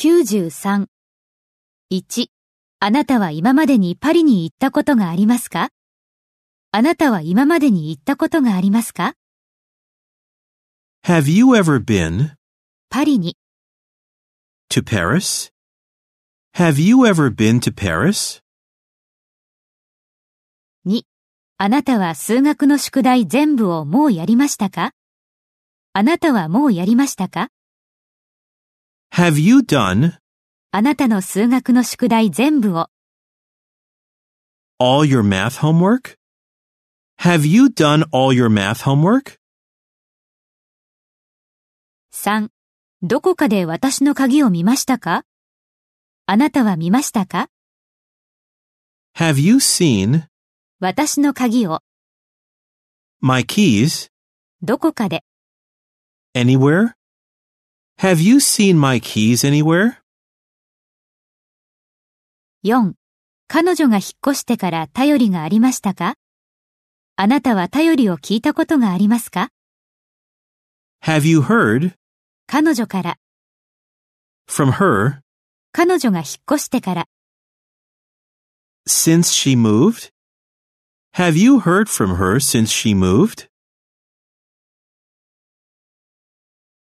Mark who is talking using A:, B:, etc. A: 93。1. あなたは今までにパリに行ったことがありますかあなたは今までに行ったことがありますか
B: Have you ever been
A: パリに。
B: to Paris? Have you ever been to Paris?
A: 2. あなたは数学の宿題全部をもうやりましたかあなたはもうやりましたか
B: Have you done
A: あなたの数学の宿題全部を。
B: all your math homework? Have you done all your math homework?
A: 3. どこかで私の鍵を見ましたかあなたは見ましたか
B: Have you seen
A: 私の鍵を
B: my keys
A: どこかで。
B: anywhere? Have you seen my keys anywhere?
A: 4. 彼女が引っ越してから頼りがありましたかあなたは頼りを聞いたことがありますか
B: Have you heard
A: 彼女から。
B: from her
A: 彼女が引っ越してから。
B: since she moved? Have you heard from her since she moved?